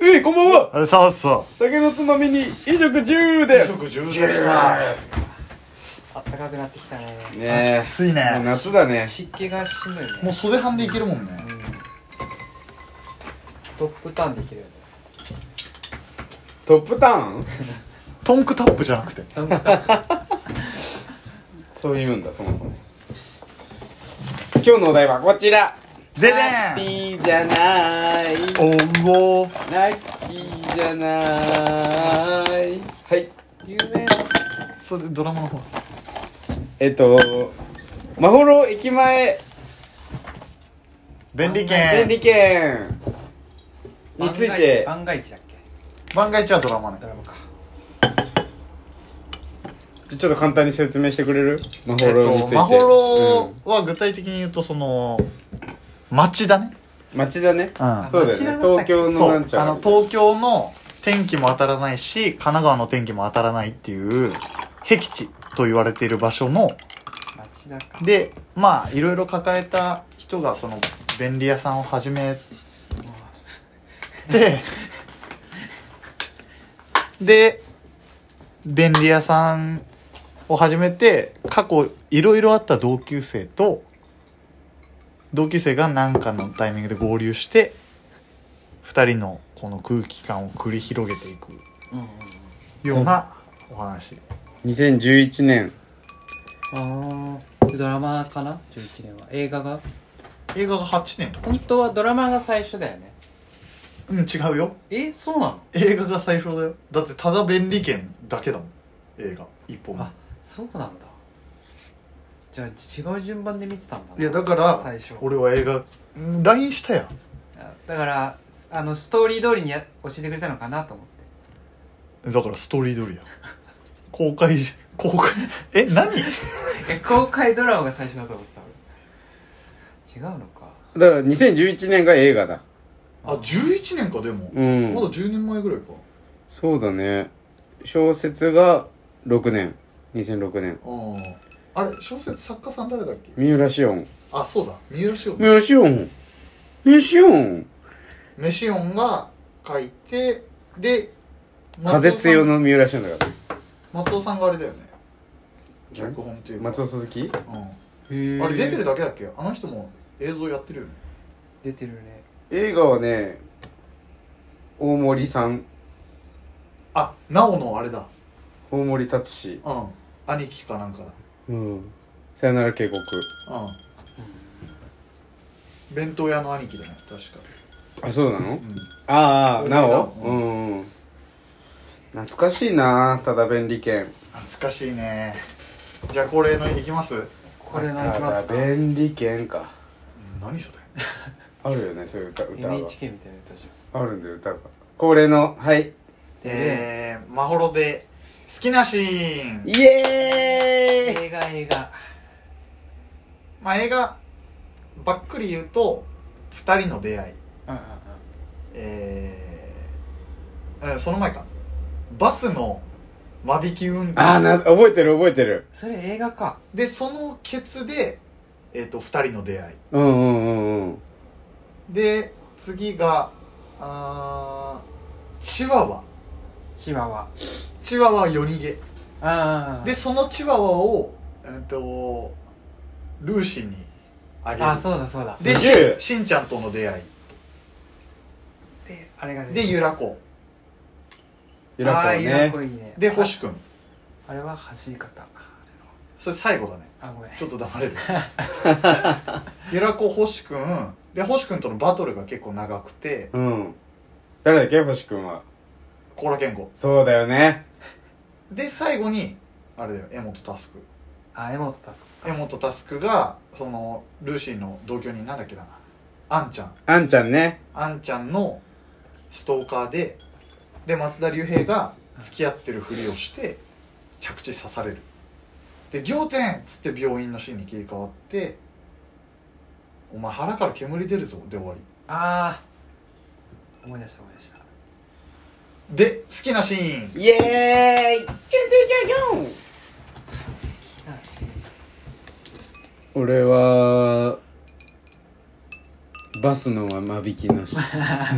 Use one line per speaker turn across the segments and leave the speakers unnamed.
えい、こんばんは
あそうそ
酒のつまみに、飲食10です
食10でした
あったかくなってきたね
う
ね
暑い
えもう
ね
夏だね
湿気がしんどいね
もう袖半でいけるもんね
トップターンできるよね
トップターン
トンクタップじゃなくて
そういうんだ、そもそも。今日のお題はこちら。
で
ハッ
ね
ピーじゃない。
おうお
ラッキーじゃない。はい。
有名
それドラマの方
えっと、まほろ駅前
便利
便
券
利券について、
番外地だっけ
万が一はドラマね
ドラマか
ちょっと簡単に説明してくれるまほ
えっ
ろについ
と
て。
マホ
うん
ロは具体的に言うとその街だね
町だね。
うん
そうだよね。東京の
そ
な
うん
ちゃ
あ
ら
の東京の天気も当たらないし神奈川の天気も当たらないっていう僻地と言われている場所の
町だか
でまあいろいろ抱えた人がその便利屋さんを始めてで便利屋さんを始めて過去いろいろあった同級生と同級生が何かのタイミングで合流して2人のこの空気感を繰り広げていく
うんうん
ようなお話、
2011年。
ああドラマかな11年は映画が
映画が8年とか
本当はドラマが最初だよね
うん違うよ
えそうなの
映画が最初だよだってただ便利券だけだもん映画一本目
あそうなんだじゃあ違う順番で見てたんだない
やだから
最初
俺は映画うん LINE したやん
あだからあのストーリー通りにや教えてくれたのかなと思って
だからストーリー通りやん公開じ公開え何
え公開ドラマが最初だと思ってた俺違うのか
だから2011年が映画だ。
あ11年かでも、
うん
まだ10年前ぐらいか
そうだね。小説が6年。2006年。
あああれ小説作家さん誰だっけ
三浦紫音。
あそうだ三浦紫
三
音
浦紫音。三浦紫音。
メシオンが書いてで松尾
風
さん
強の三浦紫音だから。
松尾さんがあれだよね脚本っていうか
松尾鈴木
うん、
へ
あれ出てるだけだっけあの人も映像やってるよね
出てるね
映画はね、大森さん、
あなおのあれだ
大森達志。
うん兄貴かなんかだ
うん。さよなら警告。
うん弁当屋の兄貴だね確か
あ、そうなの
うん
ああ、なお
そううだ
んうん。懐かしいなただ便利券。
懐かしいねじゃあ恒例のいきますうん
これのい
た
きます
だ
か
便利券か。
何それ
あるよね、そういう歌、歌が。
NHK みたいな歌じ
あるんだよ、歌が。恒例の、はい。
えー、まほろで好きなシーン
イ
ゃ
エ
ん
ーイ
映画映画
まあ映画ばっくり言うと2人の出会い
うんうん
えー、えーその前かバスの間引き運
あー
転
な、覚えてる覚えてる。
それ映画か
でそのケツで、えー、と2人の出会い
うんうんうんうん。
で次があーチワワ
チワワ
チワワ夜逃げ
ああ
でそのチワワを、えー、とルーシーにあげる
あそうだそうだ
で
ジュー
ししんちゃんとの出会
であれが
いでゆらこ
ゆらこ
あーゆら
ね
こ。いいね
で星くん
あれは走り方
それ最後だね
あごめん
ちょっと黙れる ゆらこ星くんで星くんとのバトルが結構長くて
うん。誰だっけ星くんは。
甲羅健吾
そうだよね。
で最後にあれだよ柄本佑
あ江本タス
柄本佑がそのルーシーの同居人なんだっけなあんちゃん
あんちゃんね。
あんちゃんのストーカーでで松田龍平が付き合ってるふりをして着地刺されるで「仰天!」っつって病院のシーンに切り替わって「お前腹から煙出るぞ」で終わり
ああ思い出した思い出した
で好きなシーン
イエーイキュンキュンキュンキュン
好きなシーン
俺はバスのは間引きなし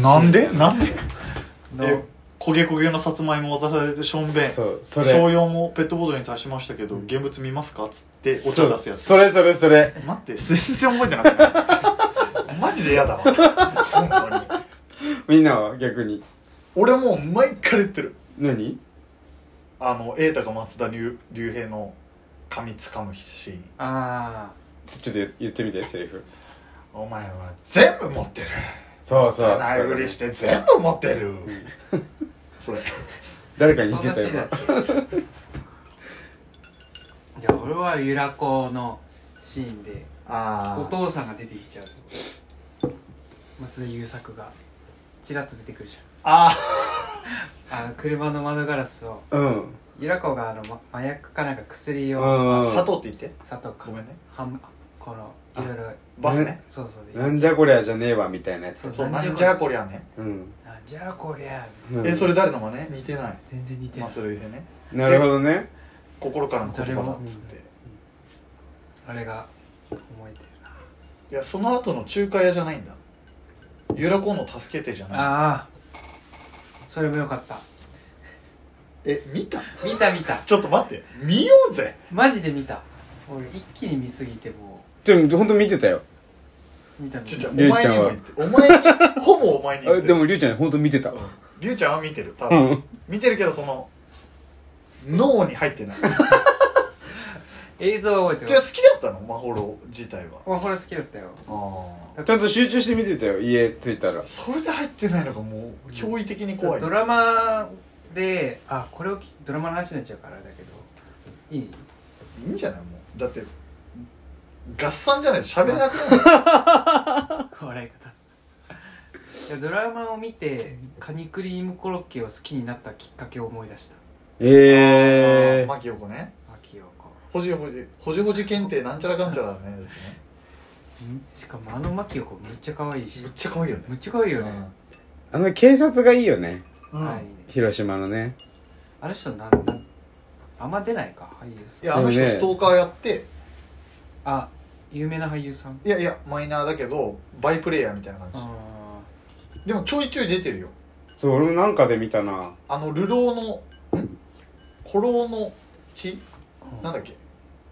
なんでなんでえ焦げ焦げのさつまいもを渡されてしょんべん
そうそれ
商用もペットボトルに足しましたけど現物見ますかっつってお茶出すやつ
そそれそれそれ
待って全然覚えてなくない マジ で嫌だわ本当に
みんなは逆に
俺もう毎回言ってる
何
あの瑛太が松田龍龍平の髪つかむシーン
あ
ちょっと言言ってみてセリフ
お前は全部持ってる
そうそう
ない
そ
ふ
れ
りして全部持ってるこれ
誰か
あ
に似てたよ今
じゃあ俺はゆらこのシーンでお
ああ
父さんが出てきちゃうってこと松田優作がちらっと出てくるじ
あ
ゃんあの車の窓ガラスを
うん
ゆらこがあの、ま、麻薬かなんか薬を
あ
うん
佐藤って言って
砂糖か
ごめんね
はんこの
あ
いろいろ
バスね
そうそうで
なんじゃこりゃじゃねえわみたいなやつ
そう
そうな
な
ん
じゃ
んじゃこりゃね
うん、
なんじゃこりゃ
うん、
えそれ誰の真似似てない
全然似てない
松田龍平ね
なるほどね
心からの言葉だっつって
あれが思えてるない
やその後の中華屋じゃないんだゆらこの助けてじゃない
ああそれもよかった
え見た
見た見た
ちょっと待って見ようぜ
マジで見た俺一気に見すぎても
でも本当見てたよ
う見た見
ちょち
た
ょお
りゅう
前
ちゃ
に
ん
も
は
言ってお前にほぼお前に言っ
あ
てる
でもりゅうちゃん本当見てた
りゅうちゃんは見てる多
う
分、
ん
見てるけどその脳に入ってない
映像は覚えて
じゃあ
る
好きだったのマホロ自体は
俺これ好きだったよ
あ
ちゃんと集中して見てたよ家着いたら
それで入ってないのがもう驚異的に怖い
ドラマであこれをきドラマの話になっちゃうからあれだけどい い
いいんじゃないもうだって合算じゃないと喋れなくなる
笑い方いやドラマを見てカニクリームコロッケを好きになったきっかけを思い出した
ええ
マキヨコね
牧陽子
ほじほじほじほじ検定なんちゃらかんちゃらだねですね
んしかもあの牧陽子むっちゃ可愛いし
むっちゃ可愛いよね
むっちゃ可愛いよね、
あの警察がいいよね
うん、
はい
広島のね
あの人なんなんあんま出ないか俳優さん
いやあの人
でもね
ストーカーやって
あ有名な俳優さん
いやいやマイナーだけどバイプレイヤーみたいな感じ、
あ
でもちょいちょい出てるよ
そう俺もなんかで見たな
あの流浪のん古老の血なんだっけ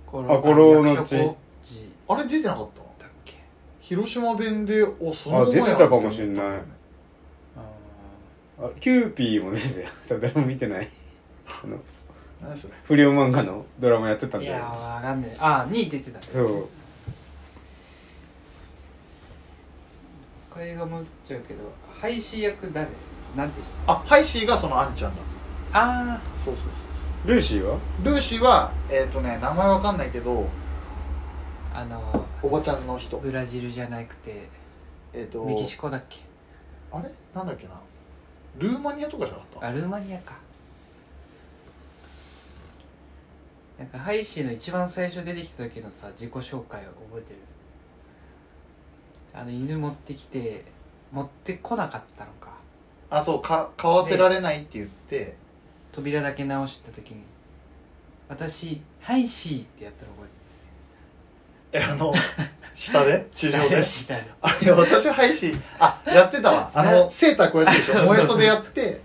コ
あコロの血
あれ出てなかった
だっけ
広島弁でおその
あ
ままや
出てたかもしんない
って思ったんだよね
あ
あキューピーも出てたよ 誰も見てないあの
何それ
不良漫画のドラマやってたん
ーい
だ
や
よ
わかんないあ2位出てた
そう
映画もっちゃうけど配信役誰なんてした
あハイシーがそのあんちゃんだ
あ
そうそうそう
ルーシーは
ルーシーはえっ、とね名前わかんないけど
ああの
おばちゃんの人
ブラジルじゃなくて
えっ、と
メキシコだっけ
あれなんだっけなルーマニアとかじゃなかった
あルーマニアかなんかハイシーの一番最初出てきた時のさ自己紹介を覚えてるあの犬持ってきて持ってこなかったのか
あそうか買わせられないって言って
扉だけ直した時に「私ハイシー」ってやったの覚
えあの下で地
えて
上
る
で
ハイシーだよ
あれ私ハイシーあやって たわあのセーターこうやって でしょ
あそうそう
燃え袖やって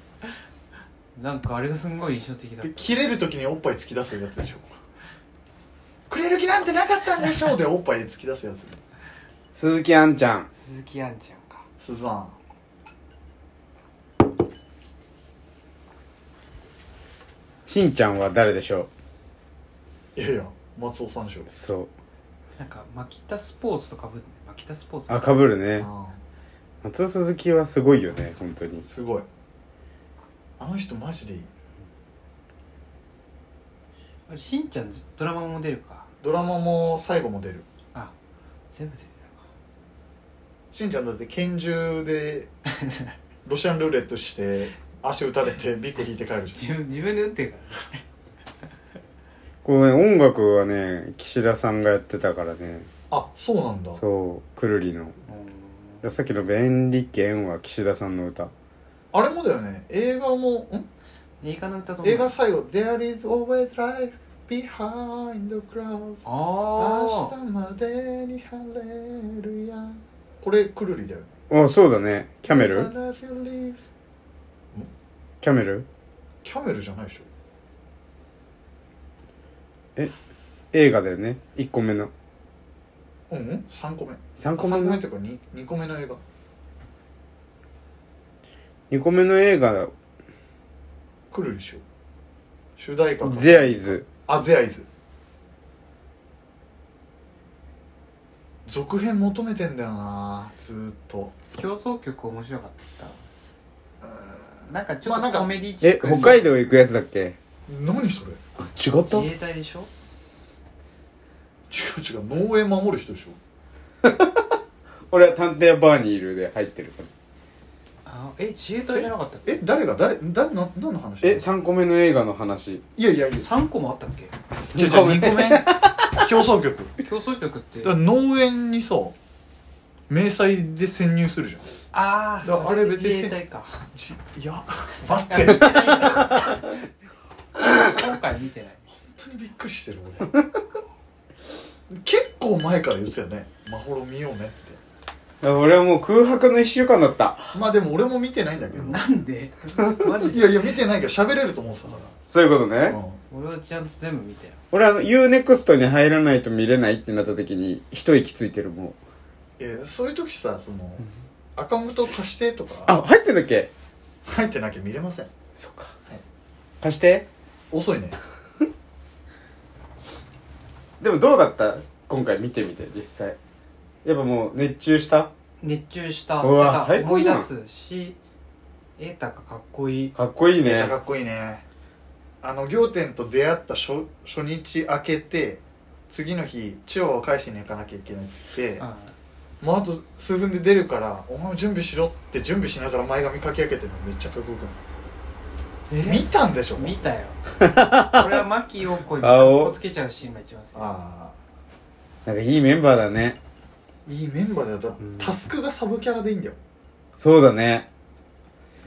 なんかあれがすんごい印象的だっ
で
た
切れる時におっぱい突き出すやつでしょくれる気なんてなかったんでしょうでおっぱいで突き出すやつ
鈴木杏ちゃん
鈴木杏ちゃんか
スザン
しんちゃんは誰でしょ
いやいや松尾さんでしょ
うそう
なんかマキタスポーツとかぶってマキタスポーツ
あかぶるね
あ
松尾鈴木はすごいよね本当に
ーすごいあの人マジでいい
あれしんちゃんずドラマも出るか
ドラマも最後も出る
あ全部出て
しんちゃんだって拳銃で
るのか
ロシアンルーレットして足打たれてビッグ引いて帰るじ
自分自分で打ってるから
こうね音楽はね岸田さんがやってたからね
ゃんあそうなんだ
そうくるりの
うん
さっきの「便利券」は岸田さんの歌
あれもだよね映画もん
映画の歌と
映画最後「There is always life behind the clouds
あ
明
あ
日までに晴れるや」これくるりだよ
あそうだねキャメル
As I love your leaves ん
キャメル
キャメルじゃないでしょ
映画だよね1個目の
うん3個目
3個目
3個目
の
というか 2, 2個目の映画
2個目の映画
来るでしょ主題
「
歌か
ゼアイズ
あゼアイズ続編求めてんだよなずーっと
競争曲面白かったなんかちょ
まあな
っ
んか
とコメディ」チッ
え
ク
北海道行くやつだっけ
何それ
あ違った
自衛隊でしょ
違う違う農園守る人でしょ
俺は探偵バーニールで入ってるやつ
あえ自衛隊じゃなかったっけ
え誰が誰誰な何の話
え3個目の映画の話
いやいやいや
3個もあったっけ
違う違う2個 目競争曲
競争曲って
だから農園にさ迷彩で潜入するじゃん
ああ
だからあれ別に
自衛隊か
ちいや
い
待っ
や
て
見
本
てないです今回見てない
当にびっくりしてる俺結構前から言ってたよね「まほろ見ようね」っ
俺はもう空白の1週間だった
てまあでも俺も見てないんだけど
なんでマジ
い
で
やいや見てないけど喋れると思ってたか
そういうこと
ら、
ね
うん
俺はちゃんと全部見たよ
俺あの UNEXT に入らないと見れないってなった時に一息ついてるもう
えそういう時さその、アカウント貸してと
あ
か
入ってんだっけ
入ってなきゃ見れません
そうか、
はい
貸して
遅いね
でもどうだった今回見てみて実際やっぱもう熱中した
熱中した
うわ
てか
最高じゃん
思い出すし瑛太がかっこいい
かっこいいね
かっこいいねあの仰天と出会った初初日明けて次の日チワワを返しに行かなきゃいけないっつって
うん
もうあと数分で出るからお前も準備しろって準備しながら前髪かき上げてるのめっちゃかっこよく
え
ない見たんでしょ
見たよ これは牧陽子にかっこつけちゃうシーンが一番好き
ああ
なんかいいメンバーだね
いいメンバーだよだ
ん
タスクがサブキャラでいいんだよ
そうだね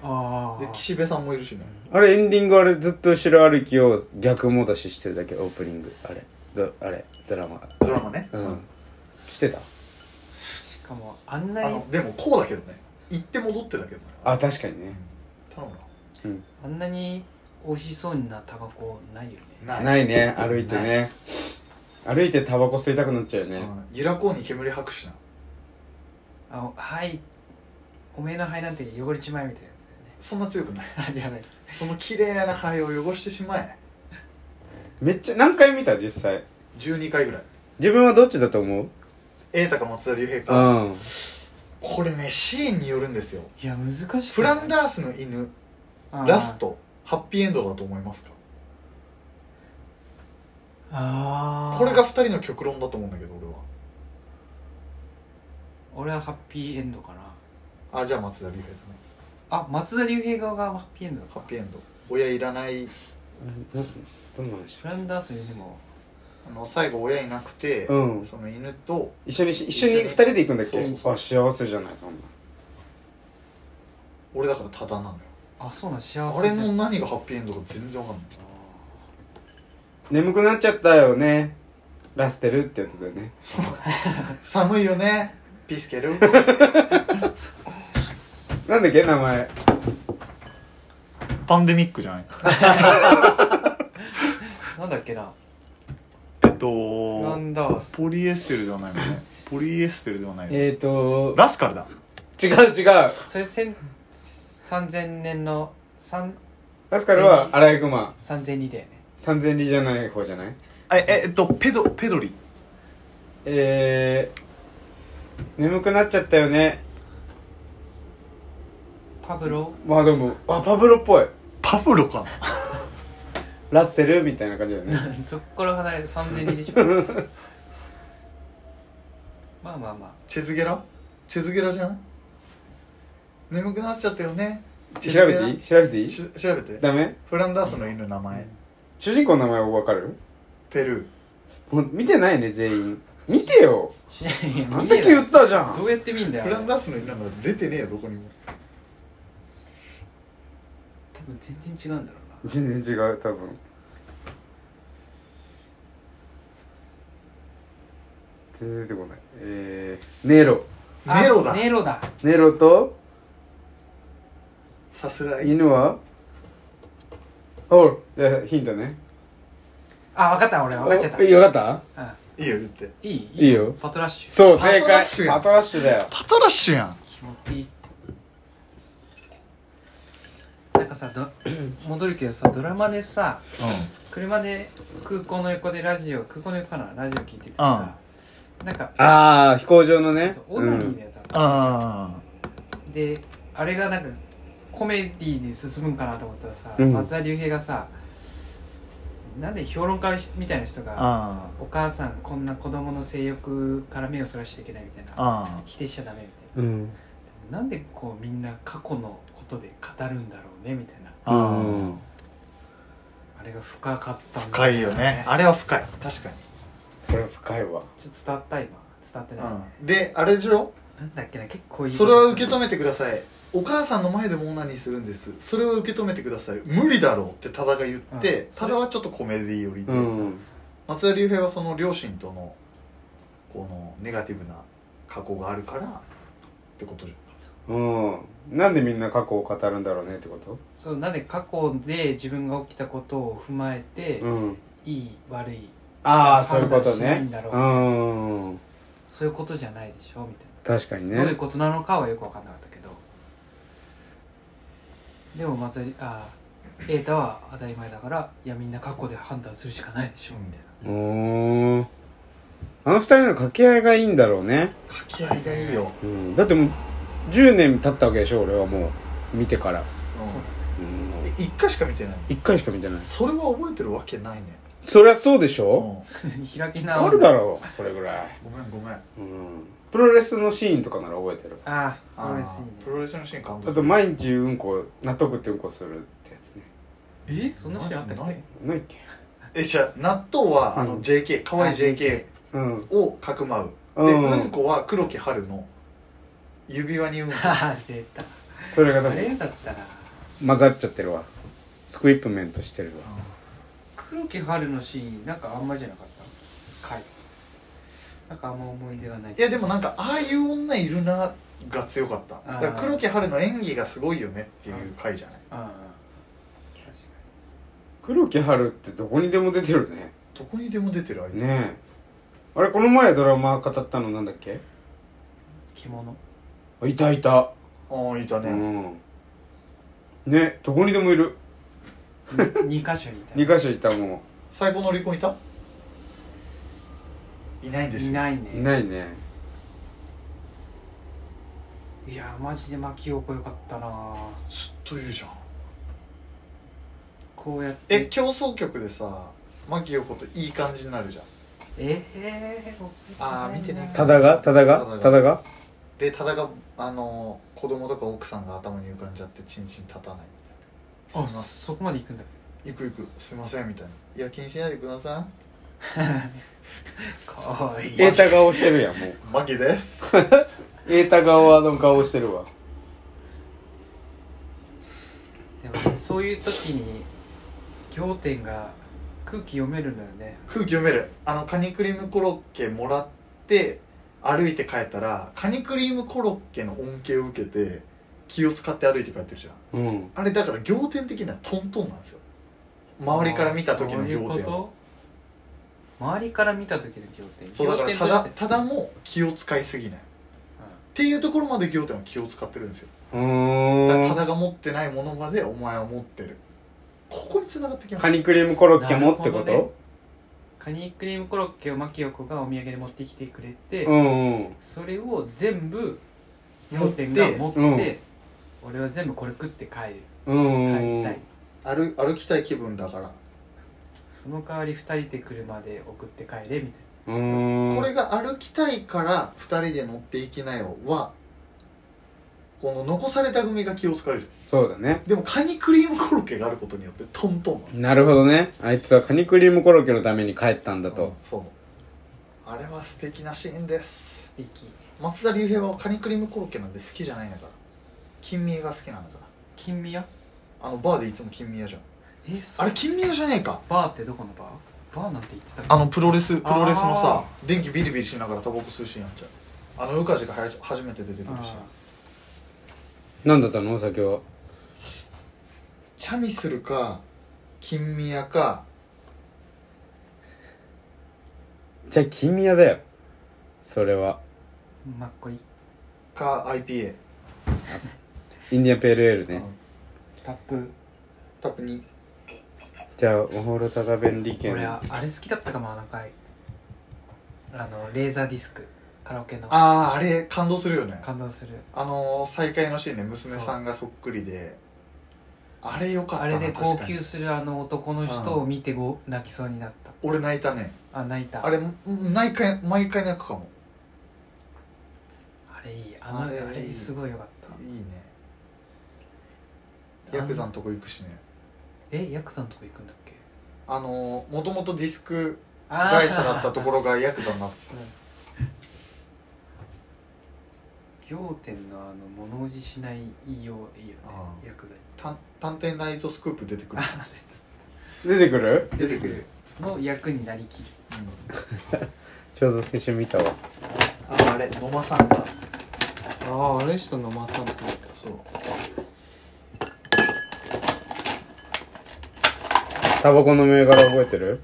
あ
で
ー
岸辺さんもいるしね
あれエンディングあれずっと後ろ歩きを逆戻ししてるだけオープニングあれどあれドラマ
ドラマね
うん、してた
しかもあんな
あ
に
のでもこうだけどね行って戻ってだけどね
あ確かにね
頼む
あんなに美味しそうなタバコないよね
な
ないね歩いてね歩いてタバコ吸いたくなっちゃうよね、
うんゆらこうに煙吐くしな
あはいおめえの肺なんて汚れちまえみたいな
そんな強くない
やつだよね あじゃない
その綺麗な肺を汚してしまえ
めっちゃ何回見た実際
12回ぐらい
自分はどっちだと思う
瑛太か松田龍平か
うん
これねシーンによるんですよ
いや難しくない
フランダースの犬
あー
ラストハッピーエンドだと思いますか
ああ
これが2人の極論だと思うんだけど俺は
俺はハッピーエンドかな
あじゃあ松田龍平だね
あ松田龍平側がハッピーエンドだった
ハッピーエンド親いらない
などんな話
フランダースよりも
あの最後親いなくて、
うん
その犬と
一緒にし一
一緒
緒
に
に二人で行くんだっけ
そうそう
あ幸せじゃないそんな
俺だからタダなのよ
あそうなん幸
あ
せじ
れ
ゃん
の何がハッピーエンドか全然わかんない
眠くなっちゃったよねラステルってやつだよね
寒いよねピスケル
なんだっけ名前
パンデミックじゃない
なんだっけな
えっ
フラ
と
ンダース
ポリエステルではないもんねポリエステルではないよね
えーと
ラスカルだ
違う違う
それ千3000年の三
ラスカルはアライグマ
3002だよね
三千里じゃない方じゃない
えええっとペドペドリ
えー、眠くなっちゃったよね
パブロ
まあでもあパブロっぽい
パブロか
ラッセルみたいな感じだよ ね
そっから離れる3002でしょ まあまあま
チェズゲラチェズゲラじゃない眠くなっちゃったよねチェズ
調べ
ゲ
て
ラ
いい調べていい
し調べて
ダメ
フランダースの犬の名前
主人公の名前わかる
ペルー
もう見てないね全員見てよ
あしいや
あん
見
だ
え
け
ない
言ったじゃ
ど
ん
うやって見んだよあ
フ
れ
ランダースの犬なんか出てねえよどこにも
多分全然違うんだろうな
全然違う多分全然出てこないえー、ネロ
あ
ネロだ
ネロだ
ネロと
さすらい
犬はおうじゃあヒントね
あ分かった俺分かっちゃっ
おえよかった
た、うん、
いいよ言って
いい
いいよ
パトラッシュ
そう正解
パトラッシュや
パトラッシュだよ
パトラッシュやん
気持ちいいなんかさど 戻るけどさドラマでさ車で空港の横でラジオ空港の横かなラジオ聞いててさ、なんか
ああ飛行場のね
そうオ
う
ナニーの
ん
やつあっ
あ
たであれがなんかコメディに進むんかなと思ったらさ、
うん
松田龍平がさなんで評論家みたいな人
あ
が
あ
お母さんこんな子供の性欲から目をそらしちゃいけないみたいな
あ
否定しちゃダメみたい
うん
ななんでこうみんな過去のことで語るんだろうねみたいな
ああ
うん
あれが深かったんだ
深いよねあれは深い確かに
それは深いわ
ちょっと伝わった今伝わってない、
うんであれでしょ
なんだっけな結構いい
それは受け止めてくださいお母さんの前でもオナニーするんですそれを受け止めてください無理だろうって多田が言って、
うん
多田はちょっとコメディ寄りで、
うん
松田龍平はその両親とのこのネガティブな過去があるからってことじ
うんなんでみんな過去を語るんだろうねってこと
そうなんで過去で自分が起きたことを踏まえて、
うん
いい悪い
ああそういうこと
判断しな
ね
いんだろう
うん
そういうことじゃないでしょみたい
確かに
な、どういう
ね
ことなのかはよく分かんなかったけどでもまずあー瑛太は当たり前だからいやみんな過去で判断するしかないでしょ
うん
みたい
おーあの二人の掛け合いがいいんだろうね、
ゃん掛け合いがいいよ、
うん、だってもう10年経ったわけでしょ俺はもう見てから、
う
うん
ん、で1回しか見てない
一回しか見てない
それは覚えてるわけないね、
そりゃそうでし
う
ょ、
ん、
な 開き直
あるだろうそれぐらい、
ごめんごめん
うん、プロレスのシーンとかなら覚えてる
ああ
あ
嬉
ー
し
プロレスのシーン感動
あと毎日うんこ納得ってうんこするってやつね
いねえそんなシーンあったっ
な
け
い
何っけ
えじゃあ納豆は、あ
う
の
ん
JK 可愛い JK
うん
をかくまうで、
うん
うんこは黒木春の指輪 にうんこ
あー出た
それが多
あれ
分
だったな
混ざっちゃってるわスクイップメントしてるわ
黒木春のシーンなんかあんまじゃなかったかいなんかあんま思い出がない
いやでもなんかああいう女いるなが強かっただから黒木春の演技がすごいよねっていう回じゃない
うんうん確か
黒木春ってどこにでも出てるね
どこにでも出てるあいつ、
ねえあれこの前ドラマ語ったのなんだっけ
に着物
あいたいた、
ああいたね、
うんねどこにでもいる
に2箇所にいた
2箇所いたも
最高の離婚いたいないんです
い
よ
ないう
い
ね
ないね
いやマジで巻き起こよかったな
ずっといるじゃん
こうやって
え競争曲でさ牧陽子といい感じになるじゃん
ええー、
あー見てない
ただがただ
多
が
田が
ただが
でただがあの子供とか奥さんが頭に浮かんじゃってチンチン立たないすい
あ
ま
そ
せん
こまで行くんだ
行く行くすいませんみたいないや気にしないでくださ
かわいい
瑛太顔してるやんもう
いマギです
瑛太顔はの顔してるわ
でもそういう時に仰天が空気読めるのよね
空気読めるあのカニクリームコロッケもらって歩いて帰ったらカニクリームコロッケの恩恵を受けて気を使って歩いて帰ってるじゃん
うん
あれだから仰天的にはトントンなんですよ周りから見た時の仰
あーそうい
天
うこと周りから見た時の仰天
そうだからた
仰
だ
天として
ただも気を使いすぎないっていうところまで仰天は気を使ってるんですよ
う
だから
ー
た
ん
だが持ってないものまでお前は持ってるここに繋がってきます
カニクリームコロッケもってこ
なるほ
と、
カニクリームコロッケをマキヨコがお土産で持ってきてくれて、
うんうん
それを全部
持っ
仰
て
天が持って
うん
俺は全部これ食って帰る
うんうん
帰りたい
歩歩きたい気分だから
その代わり2人で車で送って帰れみたいな
うーん
これが歩きたいから2人で乗っていきなよはこの残された組が気を使われる
そうだね
でもカニクリームコロッケがあることによってトントンな
な
の
るほどねあいつはカニクリームコロッケのために帰ったんだ
うん
と、
そうあれは素敵なシーンです
素敵
松田龍平はカニクリームコロッケなんて好きじゃないんだから金宮が好きなんだか
金宮
らあのバーでいつも金宮じゃん
えそ
あ
れ
れ金宮じゃねえか
バーってどこのバーバーなんて言ってたっけ
あのプロレスプロレスのさ
あ
電気ビリビリしながらタバコ吸うシーンあんじゃんあのウカジがはや初めて出てくるシーン
あ
なんだったのお酒は
チャミするか金宮か
じゃあ金宮だよそれは
マッコリ
か IPA、
インディアンペールエールね、
うん
タップ
タップ2
じゃあおほろただ便利券
俺はあれ好きだったかもあの回あのレーザーディスクカラオケの
あああれ感動するよね
感動する
あのー再会のシーンね娘さんがそっくりであれよかった
あ
な
れで
確
号
かに
泣するあの男の人を見てご泣きそうになった
俺泣いたね
あ泣いた
あれ毎回毎回泣くかも
あれいいあの
あ
あ
れ
れ
いい
すごいよかっ
いいね
た
ヤクザの
あの
とこ行くしね
えヤクザのとこ行くんだっけ
あのもともとディスク
あ
会社だ ったところがヤクザになっ
仰天のあの物おじしない言いよういいよね
ああ
ヤクザに
た探偵ナイトスクープ出てくる
出てくる
出てくる、
の役になりきる
うん、
ちょうど先週見たわ
ああれ野間さんだ
あああれ人飲まさんと
そう
タバコの銘柄覚えてる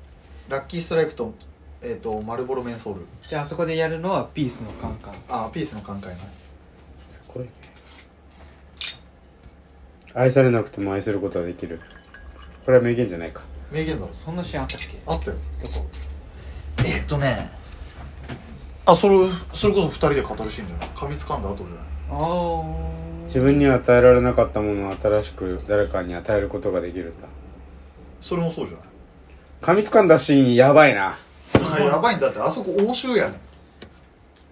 ラッキーストライクと,、えー、とマルボロメンソール
じゃああそこでやるのはピースのカンカン
あピースの寛解な
すごいね愛されなくても愛することはできるこれは名言じゃないか
名言だろ
そんなシーンあったっけ
あったよ
どこ
えーっとねあそれそれこそ2人で語るシーンじゃない噛みつかんだ後じゃない
あ
自分に与えられなかったものを新しく誰かに与えることができるんだ
それもそうじゃ
噛みつかんだシーンやばいな
ないやばいんだってあそこ欧州やねん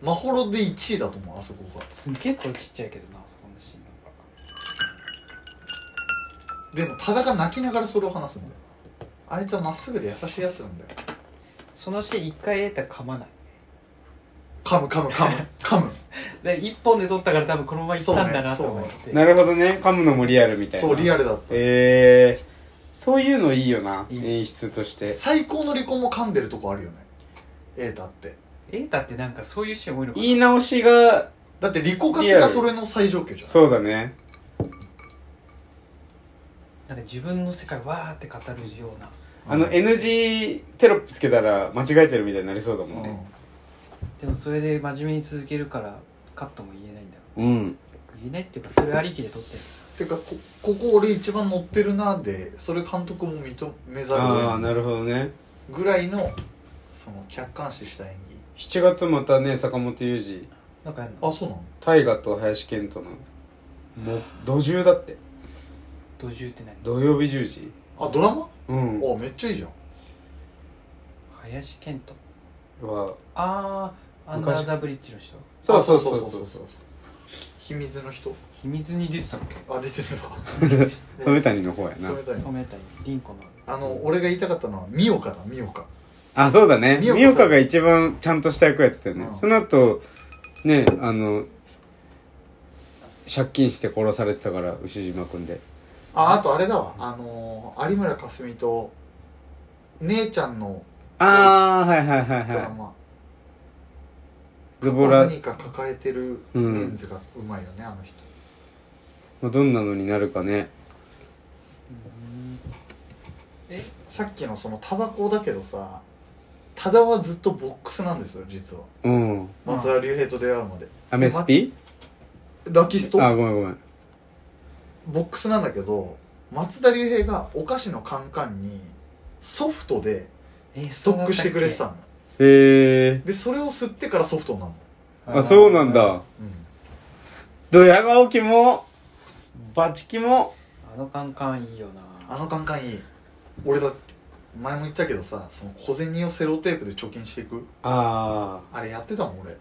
まほろで1位だと思うあそこが
あす結構ちっちゃいけどなあそこのシーンなん
でも
か
多田が泣きながらそれを話すんだよあいつはまっすぐで優しいやつなんだよ
そのシーン一回得たら噛まない
噛む噛む噛 む噛む
で一本で取ったから多分このままいったんだなと
そうね
思って、
なるほどね噛むのもリアルみたいな
そうリ
ル
アルだった
えーそういうのいいよない
い
演出として
最高の離婚も噛んでるとこあるよね瑛太って
エータってなんかそういうシーン多いのかな
言い直しが
だって離婚活がそれの最上級じゃん
そうだね
なんか自分の世界わーって語るような
あの
うん
NG テロップつけたら間違えてるみたいになりそうだもんね
でもそれで真面目に続けるからカットも言えないんだよ
うん
言えないっていうかそれありきで撮ってる
てかこここ俺一番乗ってるなでそれ監督も認めざるを
ああー
得ない
なるほどね
ぐらいのその客観視した演
7月またね坂本雄二
なんかやん
技あ
の
そうなの
大河と林遣都のもう土10だって
土10って何
土曜日10時
あドラマ
うん
あめっちゃいいじゃん
林遣都
は
ああアンダーザブリッジの人
そうそうそうそうそう
秘密の人
秘密に出てたっけ
あ出てねえわ
染谷の方やな
染谷
染谷凛子の
あの俺が言いたかったのは美岡だ美岡
あそうだね
美代子さん
美岡が一番ちゃんとした役やってたよね、
うん
その後ねあの借金して殺されてたから牛島君で
ああとあれだわあのー有村架純と姉ちゃんの
ああはいはいはい
ドラ
は
マ、
いズボラ
何か抱えてる
う
レ
ん
ンズがうまいよね、あの人
まあどんなのになるかね
うんえ
さっきのそのタバコだけどさ多田はずっとボックスなんですよ実は
うん
松田龍平と出会うまで、
アメスピ
ラキスト
あごめんごめん
ボックスなんだけど松田龍平がお菓子のカンカンにソフトで
え
ストックしてくれてた
そうだ
の
っ
へえ
でそれを吸ってからソフトになるの、
たっけ
あそうなんだ
う、
ドヤ顔キもバチキも
あのカンカンいいよなん
あのカンカンいい俺だって前も言ったけどさその小銭をセロテープで貯金していく
あ
あれやってたもん俺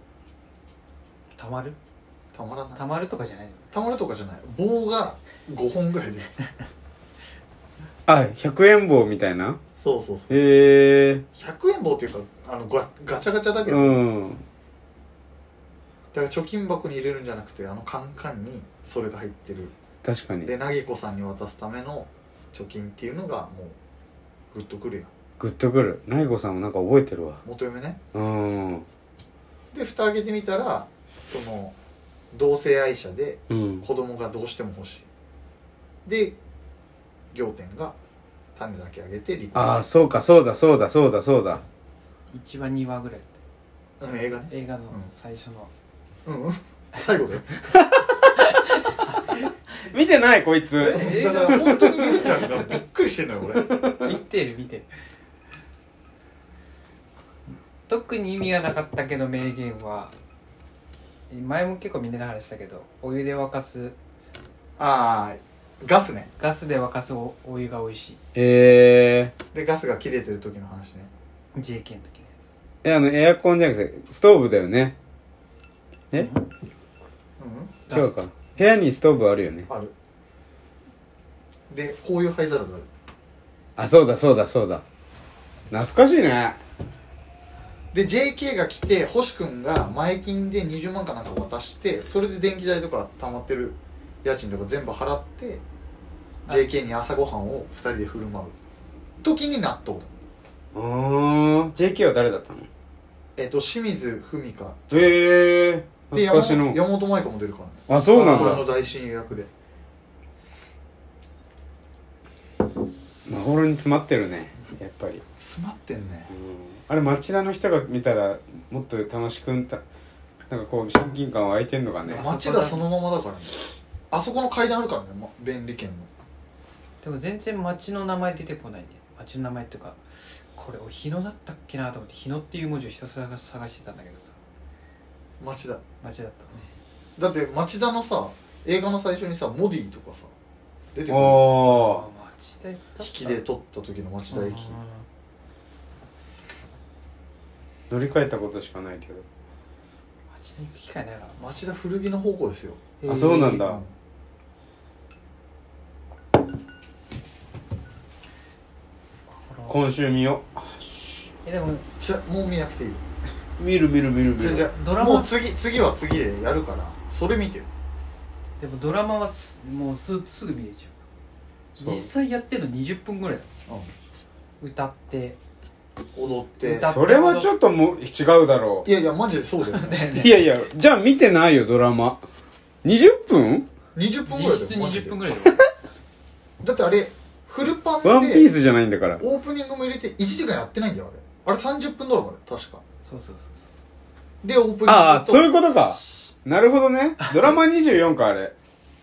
たまる
たまらない
たまるとかじゃないの
たまるとかじゃない棒が5本ぐらいで
ああ100円棒みたいな
そうそうそう
へえ
100円棒っていうかあのガガチャガチャだけ
う
ど、だ
ん
から貯金箱に入れるんじゃなくてあのカンカンにそれが入ってる
確かに
でなぎこさんに渡すための貯金っていうのがもうグッとくるやん
グッとくるナイゴさんもなんか覚えてるわ
元嫁ね
うん
で蓋開けてみたらその同性愛者で
うん
子供がどうしても欲しいで仰天が種だけあげて離
ああ
婚し
そうかそうだそうだそうだそうだ
1話2話ぐらい
たうん映画ね
映画の
うん
最初の、
うんうん最後だよ
見てないこいつ
映
だから本当にみるちゃんがびっくりしてんのよ俺
見てる見てる特に意味がなかったけど名言は前も結構みんなで話したけどお湯で沸かす
ああガスね
ガスで沸かすおお湯が美味しい
え
でガスが切れてる時の話ね
JK の時の
ー、えあのエアコンじゃなくてストーブだよねえ
やつ
うん
違うか部屋にストーブあるよね
あるでこういう灰皿がある
あそうだそうだそうだ懐かしいね
で JK が来て星君が前金で20万かなんか渡してそれで電気代とか溜まってる家賃とか全部払って
はい
JK に朝ごはんを2人で振る舞う時に納豆だ
うーん JK は誰だったの
えっ、と清水文香
へえー、懐
で山
かしの
本山本舞香も出るからね
あそうなん
それ
だ
の大親友役で
まほろに詰まってるねやっぱり、
詰まってんね
あれ町田の人が見たらもっと楽しくんたなんかこう親近感湧いてんのかね
あ
街がそのままだからねあそこの階段あるからね、ま、便利券の
でも全然町の名前出てこないね町の名前っていうかこれお日野だったっけなと思って日野っていう文字をひたすら探してたんだけどさ
町田
町だった
だって町田のさ映画の最初にさモディとかさ出てくる
おー
ね町田行った
引きで撮った時の町田駅
乗り換えたことしかないけど
町田行く機会ないか
町田古着の方向ですよ
ら
あそうなんだ
うん
この
今週見よ
えでも
じゃもう見なくていいよ
う見る見る見る見
じゃじゃ
ドラマ
もう次次は次でやるからそれ見てよ
でもドラマはすもうすすぐ見れちゃう
そう
実際やってるの20分ぐらい歌 って
踊って
だ
それはちょっともう違うだろ
いやいやマジでそうだよ
だ
ね
う
よ
い
ね
やいやじゃあ見てないよドラマ20分
20分ぐら
実
いだよ
質
マジで
20分ぐらい
だってあれフルパンで
ワンピースじゃないんだから
オープニングも入れて1時間やってないんだよあれあれ30分ドラマだよ確か
そうそうそうそう
でオープニングと
ああそういうことかなるほどねドラマ24かあれ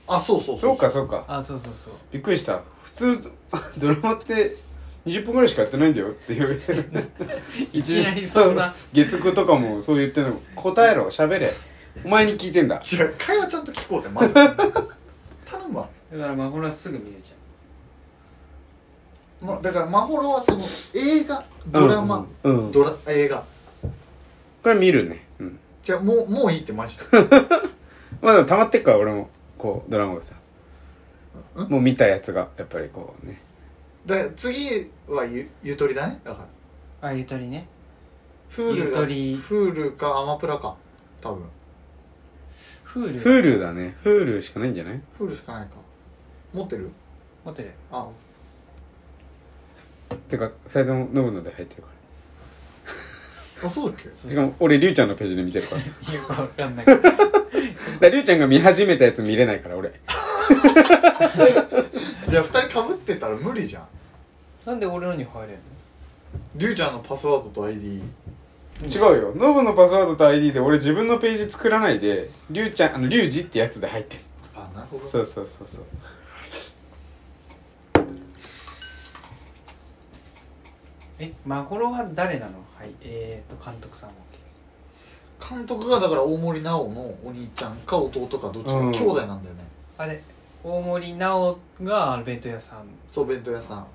あそう そう
そうかそうか
あそうそうそう
びっくりした普通 ドラマって20分ぐらいしかやってないんだよっていう
いきなりそ んな
月9とかもそう言ってんの答えろ喋れお前に聞いてんだ
違う会話ちゃんと聞こうぜ まず頼むわ、
だからまあこれはすぐ見れちゃ
ま、だからまほろはその映画ドラマ、
うん、うんこ
ドラ映画
れ見るねうん
じゃあもうもういいってマジ で
まあでも溜まってっから俺もこうドラマがさ
うん
もう見たやつがやっぱりこうね
だから次はゆゆとりだねだから
うあゆとりね
フール
ゆとり
フールかアマプラか多分
フール
Hulu だね Hulu しかないんじゃない
フールしかないか持ってる
持ってる
あ
てか2人とも飲むので入ってるか
あそうだっけ
そ
らし
うそ
か
う
も俺りゅうちゃんのページで見てるからだか
よくわかんないけど
らりゅうちゃんが見始めたやつ見れないから俺
じゃあ2人かぶってたら無理じゃん
なんで俺のに入れんの
りゅうちゃんのパスワードと ID
違うよノブのパスワードと ID で俺自分のページ作らないでリュウちゃんあのリュウジってやつで入ってる
あなるほど
そうそうそうそう
えマゴロは誰なのはいえー、っと監督さんも
監督がだから大森奈央のお兄ちゃんか弟かどっちか、
うん
兄弟なんだよね
あれ大森奈緒があの弁当屋さん
そう弁当屋さん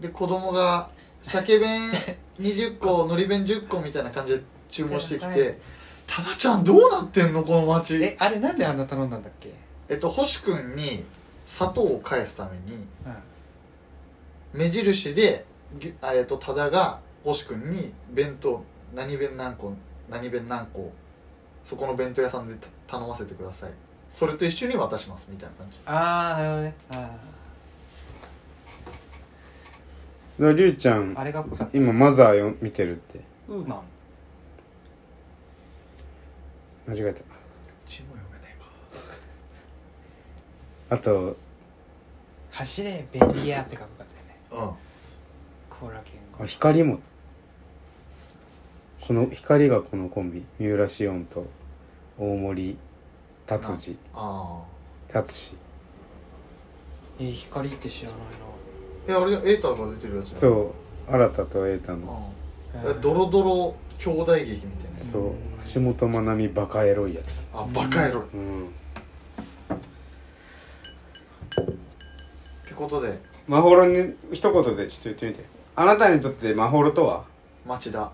で子供が鮭弁 20個のり弁10個みたいな感じで注文してき
くださ
て「タダちゃんどうなってんのこの町
えあれなんであんな頼んだんだっけ、」
えっと星君に砂糖を返すために
うん、
目印でぎゅあえっとタダが星君に弁当何弁何個何弁何個そこの弁当屋さんでた頼ませてくださいそれと一緒に渡しますみたいな感じ
ああなるほどねあ
だからリュウちゃ
ーあ
ん
れがっこよかった
今マザーよ見てるって
ウーマン
間違えた
字も読めないか
あと
走れ便利屋って書くかったよ
う
ね
ん
コーラケン
あ光もこの光がこのコンビ三浦紫音と大森達治
あ
達志
えー光って知らない
あいやあれじゃんエーターが出てるやつじゃんう、
そう新田と瑛太の
な
う、ん、ドロドロ兄弟劇みたいなやつ
そう橋本まなみバカエロいやつ
あバカ野郎っ
うん
てことで
まほろに一言でちょっと言ってみてあなたにとってまほろとは
町田